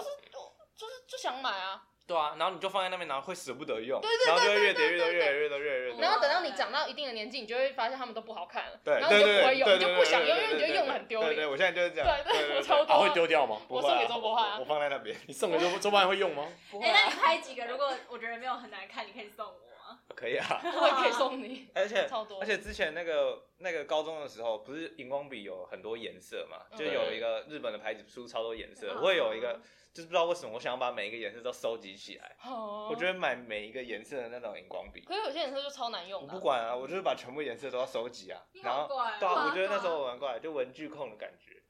就是就想买啊。对啊，然后你就放在那边，然后会舍不得用，对对然后就会对越叠对越多，对越来越多，越来越多。然后等到你长到一定的年纪，你就会发现他们都不好看了，对，然后你就对不会用，对你就对不对想对用，因为对你觉对得对用了很丢对对，脸。我现在就是这样，对对对，我对，超对啊，多会。丢掉吗？不我会啊送给周柏翰啊我放在那边，你送给周周班会用吗？不会哎，啊，那你拍几个？如果我觉得没有很难看，你可以送我啊。 可以啊。我也可以送你，而且超多。而且之前那个那个高中的时候，不是荧光笔有很多颜色嘛，嗯就有一个日本的牌子出超多颜色，嗯我也有一个，就是不知道为什么我想要把每一个颜色都收集起来，哦，我就会买每一个颜色的那种荧光笔。可是有些颜色就超难我用的不啊。管啊，我就是把全部颜色都要收集啊，你 然好后怪啊，对啊，哇我觉得那时候我玩过来就文具控的感觉，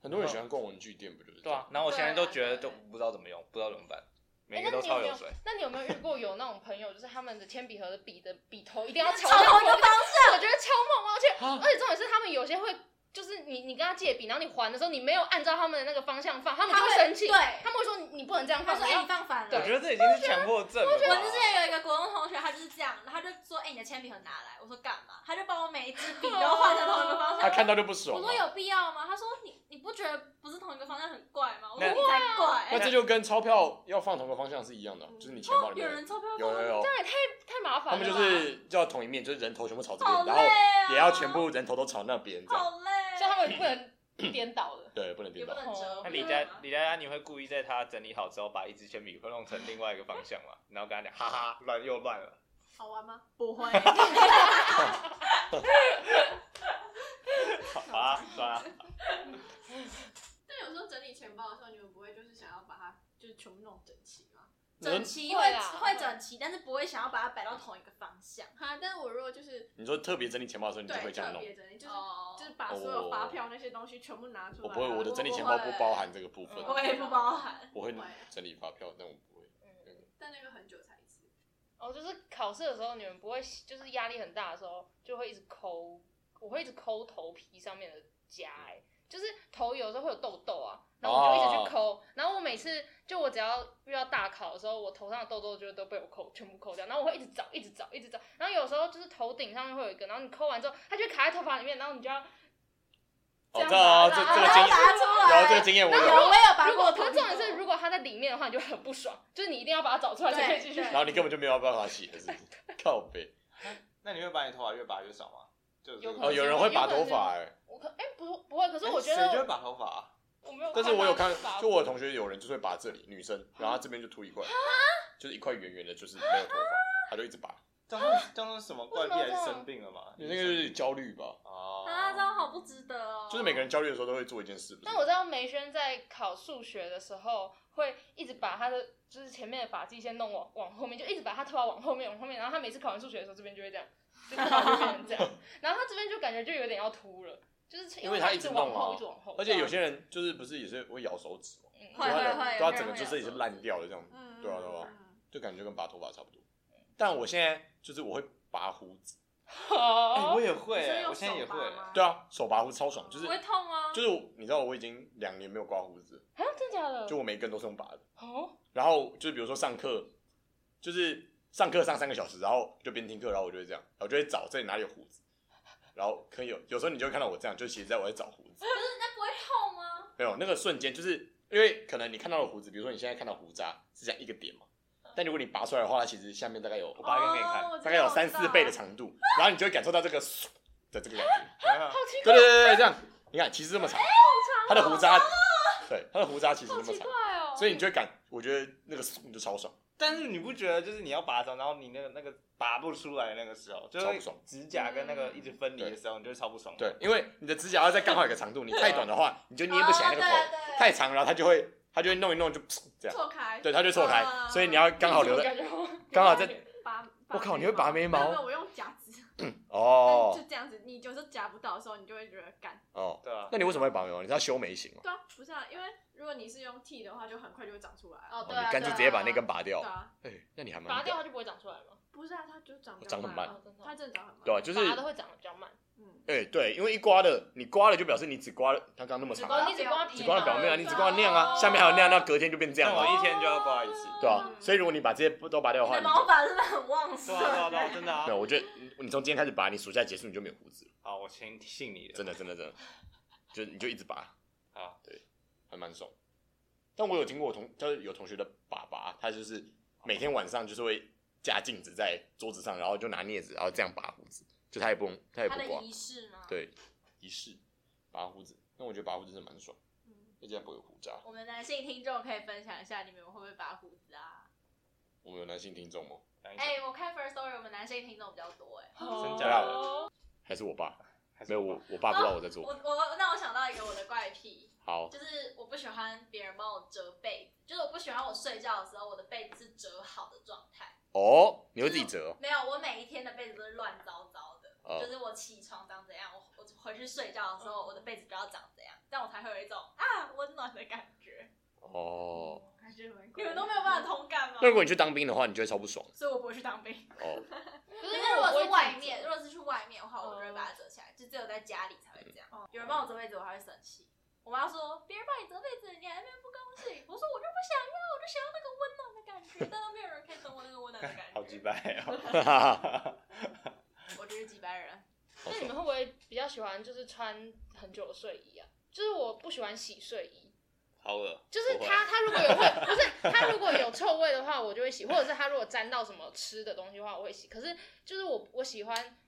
很多人喜欢逛文具店，不就是？对啊，，然后我现在对啊都觉得对都不知道怎么用，不知道怎么办，每一那个都你有超没有有水。那你有没有遇过有那种朋友，就是他们的铅笔盒的笔的笔头一定要朝向同一个方向？我觉得超梦而且啊而且重点是他们有些会，就是你你跟他借笔，然后你还的时候你没有按照他们的那个方向放，他们就会生气，对，他们会说你你不能这样他放，说：“你哎，要你放反了。”我觉得这已经是强迫症了吧。我之前有一个国中同学，他就是这样，他就说：“哎、你的铅笔盒拿来。”我说：“干嘛？”他就把我每一支笔都换成同一个方他向。看到就不爽我啊。说：“有必要吗？”他说：“你你不觉得不是同一个方向很怪吗？”我那说：“你才那怪。这就跟钞票要放同个方向是一样的，啊就是你钱包”里哦有面人钞票有有有，那也太哎太麻他烦们了吧。就是要同一面，就是人头全部朝这好边，然累后啊！也要全部人头都朝那边这样。好累，啊所以他们不能颠倒的。对，不能也颠不倒。能折哦磨。那李佳李佳佳，你会故意在他整理好之后，把一支铅笔会弄成另外一个方向吗？然后跟他讲，哈哈，乱又乱了。好玩吗？不 会，好啊，算了。但有时候整理钱包的时候，你们不会就是想要把它就是全部弄整齐吗？整齐会会啦会整齐，但是不会想要把它摆到同一个方向。哈，但是我如果就是你说特别整理钱包的时候，你就对会这样特弄。别整理，就是哦就是把所有发票那些东西全部拿出我来。不啊会，我的整理钱我包不包含这个部分，我我也不 包含。我会不会整理发票，但我不会。嗯但那个很久才一次。哦，就是考试的时候，你们不会就是压力很大的时候，就会一直抠，我会一直抠头皮上面的痂、哎，就是头有时候会有痘痘啊，然后我就一哦直去抠，然后我每次就我只要遇到大考的时候，我头上的痘痘就都被我抠全部抠掉，然后我会一直找，一直找，一直找，然后有时候就是头顶上面会有一个，然后你抠完之后，它就会卡在头发里面，然后你就要这哦，样这啊，拔这啦这然个后经拔验，有这个经验我有。我有拔如过果头可皮是重点是，如果它在里面的话，你就会很不爽，就是你一定要把它找出来才可以继续对。然后你根本就没有办法洗，是 不是？靠背。那你会把你头发越拔越少吗？就哎有可能哦，有人会拔头发哎，我可哎、不不会，可是我觉谁就会得拔头发啊？我没有，但是我有看拔，就我有同学有人就是会拔这里，女啊生，然后她这边就秃一块，就是一块圆圆的，就是没有头发，她就一直啊拔。这样是这样是什么怪为什癖么要这还是样生病了吗？你那个就是焦虑吧？哦，啊，这样好不值得哦。就是每个人焦虑的时候都会做一件事，不是但？我知道梅轩在考数学的时候，会一直把他的就是前面的发髻先弄往往后面，就一直把他头发往后面往后面，然后他每次考完数学的时候，这边就会这样，就头发就变成这样，然后他这边就感觉就有点要秃了，就是因因为为他他一一直直弄往啊后，一直往后，而且有些人就是不是也是会咬手指嘛，嗯会就他会的会有对他些整人个会就咬是也是手烂指掉的这样，嗯对啊对啊嗯就感觉跟拔头发差不多。但我现在就是我会拔胡子，哎我哦，也会你是欸，用我现在也手会拔欸。吗对啊，手拔胡子超爽，就是不会痛啊吗？就是我你知道我已经两年没有刮胡子了，啊，真假的？就我每一根都是用拔的。哦，然后就是比如说上课，就是上课上三个小时，然后就边听课，然后我就会这样，我就会找这里哪里有胡子，然后可以有有时候你就会看到我这样，就其实在我在找胡子，那不会痛啊吗？没有那个瞬间，就是因为可能你看到的胡子，比如说你现在看到胡渣是这样一个点嘛，但如果你拔出来的话，它其实下面大概有我拔一根给你看哦，我大知道概有我知三四倍的道长度，然后你就会感受到这个 嗖的这个感觉，啊好奇对怪，哦对对对，这样你看其实这么长，它的胡渣，对它的胡渣其实好这么奇长，怪哦，所以你就会感，我觉得那个嗖就超爽。 但是你不觉得就是你要拔的时候，然后你那个那个拔不出来的那个时候，就超是不爽指甲跟那个一直分离对的时候，你就会超不爽。对，，因为你的指甲要在刚好有个长度，你太短的话，你就捏不起来那个头；哦对对太长，然后它就会，它就会弄一弄就这样，错开，对，它就错开。啊所以你要刚好留在，嗯感觉刚好在拔。我靠你会拔眉毛没有没有，我用夹子，哦 就这样子，你有时候夹不到的时候，你就会觉得干。哦。对啊，那你为什么会拔眉毛？你是要修眉形吗？对啊，不是啊，因为如果你是用剃的话，就很快就会长出来啊。哦，哦对啊，你干脆直接把那根拔掉对。啊，哎，那你还蛮拔掉它屌就不会长出来吗？不是啊，它就长比较长很慢啊哦真的哦它真的长很慢。对吧？就是拔的会长得比较慢，嗯，哎，对，因为一刮的，你刮了就表示你只刮了它刚刚那么只长光啊，你只光皮只嘛，刮了表面啊，对你啊只刮了那样哦啊，下面还有那样，那隔天就变这样但我了，一天就要刮一次。对吧？所以如果你把这些都拔掉的你话，的你就毛发是不是很旺对盛？啊，对啊，对啊，真的啊没。有，我觉得你你从今天开始拔，你暑假结束你就没有胡子了，好，我先信你的。真的真的真的，就你就一直拔。好，还蛮爽。但我有听过我同，就是有同学的爸爸，他就是每天晚上就是会架镜子在桌子上，然后就拿镊子，然后这样拔胡子，就他也不用，他也不他的刮，仪式吗？，对，仪式拔胡子。那我觉得拔胡子是蛮爽，而且还不会有胡渣。我们男性听众可以分享一下，你们会不会拔胡子啊？我们有男性听众吗？男生哎、我看 First Story，我们男性听众比较多哎、哦哦真假的还是我爸？还是没有我，我爸不知道我在做。我我那我想到一个我的怪癖，好，就是我不喜欢别人帮我折被子，就是我不喜欢我睡觉的时候我的被子是折好的状态。哦，你会自己折哦？没有，我每一天的被子都是乱糟糟的，哦嗯就是我起床长怎样，我我回去睡觉的时候我的被子就要长怎样，这样我才会有一种啊温暖的感觉。哦，感觉蛮你贵的们都没有办法同感吗那？如果你去当兵的话，你就会超不爽所以我不会去当兵。 哦。哦可可是如果是外面，面，如果是去外面的话，我就会哦把它折起来，就只有在家里才会这样。有人帮我折被子，我还会生气。我妈说别人帮你折被子，你还在那边不高兴。我说我就不想要，我就想要那个温暖的感觉，但都没有人可以懂我那个温暖的感 觉。好鸡 掰哦！哈哈哈，我就是几百人。好那你们会爽。不会比较喜欢就是穿很久的睡衣啊？就是我不喜欢洗睡衣，好恶，就是不会它，它如果有会，不是它如果有臭味的话，我就会洗，或者是它如果沾到什么吃的东西的话，我会洗。可是就是我我喜欢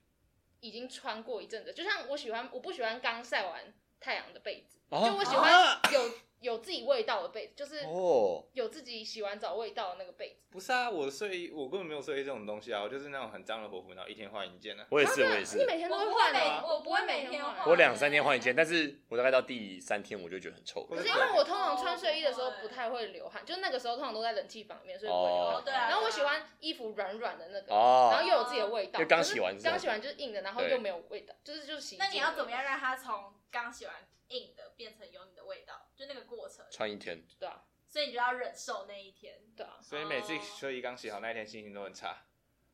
已经穿过一阵子，就像我喜欢，我不喜欢刚晒完太阳的被子，就我喜欢有有自己味道的被子，就是啊哦，有自己洗完澡味道的那个被子。不是啊，我的睡衣我根本没有睡衣这种东西啊，我就是那种很脏的活服，然后一天换一件啊呢、我也是，我也啊你是，每天都我不换会啊？每我不会每天换换啊。我两三天换一件，但是我大概到第三天我就觉得很臭或。可者是因为我通常哦穿睡衣的时候不不会太会流汗，就是那个时候通常都在冷气房里面，所以不会流哦汗。哦，对啊。然后我对啊喜欢衣服软软的那个，然后哦，又有自己的味道，就刚洗完可是是吗刚洗完就是硬的，然后对又没有味道，就是就是洗。那你要怎么？样让它从刚洗完硬的变成有你的味道？就那个过程，穿一天，对啊，所以你就要忍受那一天。对啊，所以每哦次睡衣刚洗好那一天心情都很差。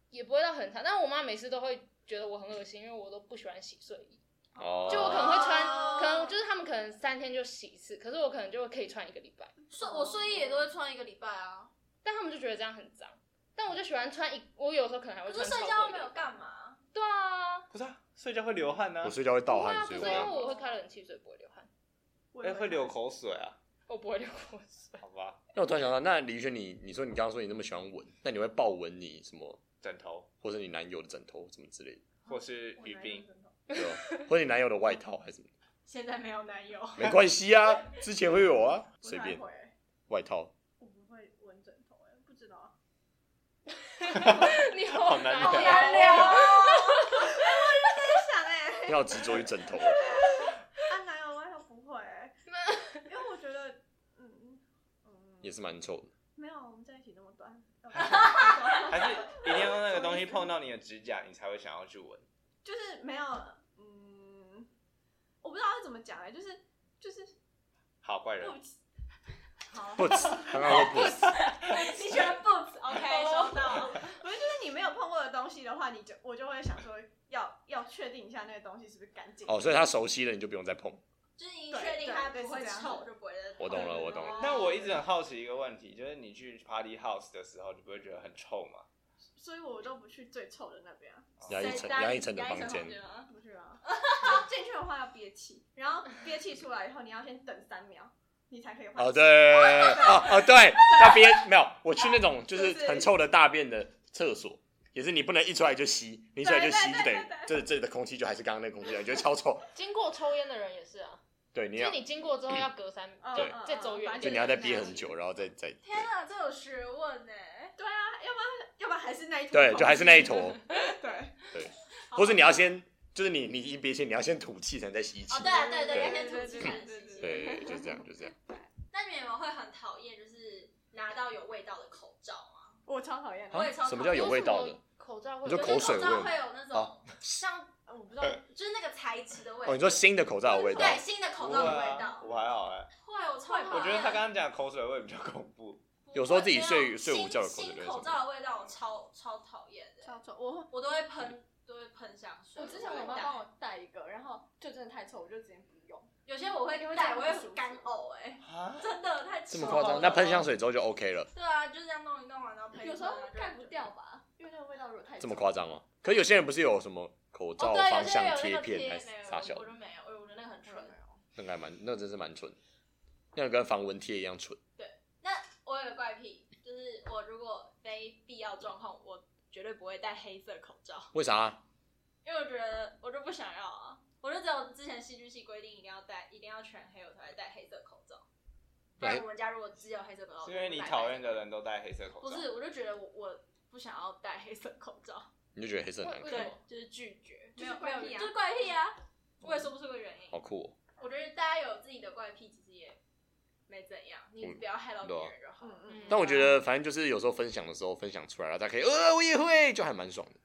也不会到很长，但我妈每次都会觉得我很恶心，因为我都不喜欢洗睡衣，哦，就我可能会穿，哦可能就是他们可能三天就洗一次，可是我可能就可以穿一个礼拜，睡我睡衣也都会穿一个礼拜啊，但他们就觉得这样很脏，但我就喜欢穿一，我有时候可能还会可穿是超睡过觉一没个有礼拜干嘛？对啊，不是啊，睡觉会流汗呢、我啊，睡觉会对盗啊，汗，可所是以因我为要我会开冷气，所以不会流汗，哎、会流口水啊，我不会流口水，好吧，那我突然想到，那李宇轩，你你说你刚刚说你那么喜欢闻，那你会抱闻你什么，枕哦头或是你男友的枕头什么之类的，或是雨冰，对吧？或者你男友的外套还是什么？ 现在没有男友，没关系啊，之前会有 啊，随便我哪会外套。我不会闻枕头哎，不知道。你好好难哦聊想哎，你好执着于枕头哦，啊，男友外套不会哎，因为我觉得，嗯嗯，也是蛮臭的。没有，我们在一起那么短，还是一定要 那个东西碰到你的指甲，你才会想要去闻。就是没有，嗯，我不知道要怎么讲哎、就是就是好怪人不，好，不 o 刚刚说 boots， 你喜欢 boots，OK，收到。不是就是你没有碰过的东西的话，你就我就会想说要要确定一下那个东西是不是干净。哦，所以他熟悉了，你就不用再碰。就是你对确定对它对不是会这样子臭，就不会再我懂了，我懂了。哦那我一直很好奇一个问题，就是你去 party house 的时候，你不会觉得很臭吗？所以我都不去最臭的那边啊，杨一所晨，以大家杨一晨的杨一房间，吗不去 啊。就进去的话要憋气，然后憋气出来以后，你要先等三秒，你才可以换气。哦，对，哦哦对，那边没有，我去那种就是很臭的大便的厕所，也是你不能一出来就吸，你一出来就吸，就等于这这里的空气就还是刚刚那个空气，你觉得超臭。经过抽烟的人也是啊，对，你就是要你经过之后要隔三，嗯就对嗯再走远一点，就你要再憋很久，然后再再天啊哪，这有学问呢。对啊，要不然要不然还是那一坨对，空就还是那一气坨，对，或是你要先就是你你一憋气，你要先吐气，才能再吸气哦，。对啊，对对，对要先吐气才能对对吸气。对，就是这样，就是这样。那你们会很讨厌就是拿到有味道的口罩啊吗？我超讨厌的。我也超讨厌啊什么叫有味道为什的么？口罩会你说就是口水口罩味会有那种哦像呃我不知 道，就是那个材质的味道。哦，你说新的口罩的味道对，新的口不罩会的味啊道，，我还好哎、会，我超讨厌。我觉得他刚刚讲口水味比较恐 怖。有时候自己睡不会睡午觉有口新水新味口罩的味道我超超讨厌的，超臭。我我都会喷，都会喷香水。我之前我妈帮我带一个，然后就真的太臭，我就直接不用。有些我会因为这带，样我不舒会服干呕哎，啊，真的太臭这了么夸张？那喷香水之后就 OK 了，对啊，就这样弄一弄完，然后喷一喷。有时候然后就盖不。掉吧，因为那个味道如果太这么夸张吗？可有些人不是有什么口罩哦，对，有方些人向有那个片贴还是啥没小有，我的，就没有，我觉得那个很蠢。那个还蛮，那个真是蛮蠢，那个跟防蚊贴一样蠢。我有个怪癖，就是我如果非必要状况，我绝对不会戴黑色口罩，为啥？因为我觉得我就不想要啊。我就只有之前戏剧系规定一定要戴，一定要全黑，我才会戴黑色口罩。不然来我们家如果只有黑色口罩，是因为你讨厌的人都戴黑色口罩，不是，我就觉得我我不想要戴黑色口罩，你就觉得黑色很难为看，什对么，就是拒绝，就是没有怪没癖有啊就是怪癖啊，我也说不出个原因。好酷哦！我觉得大家有自己的怪癖，其实也没怎样，你嗯不要害到别人就好。嗯嗯。但我觉得，反正就是有时候分享的时候分享出来了，大家可以，呃，我也会，就还蛮爽的。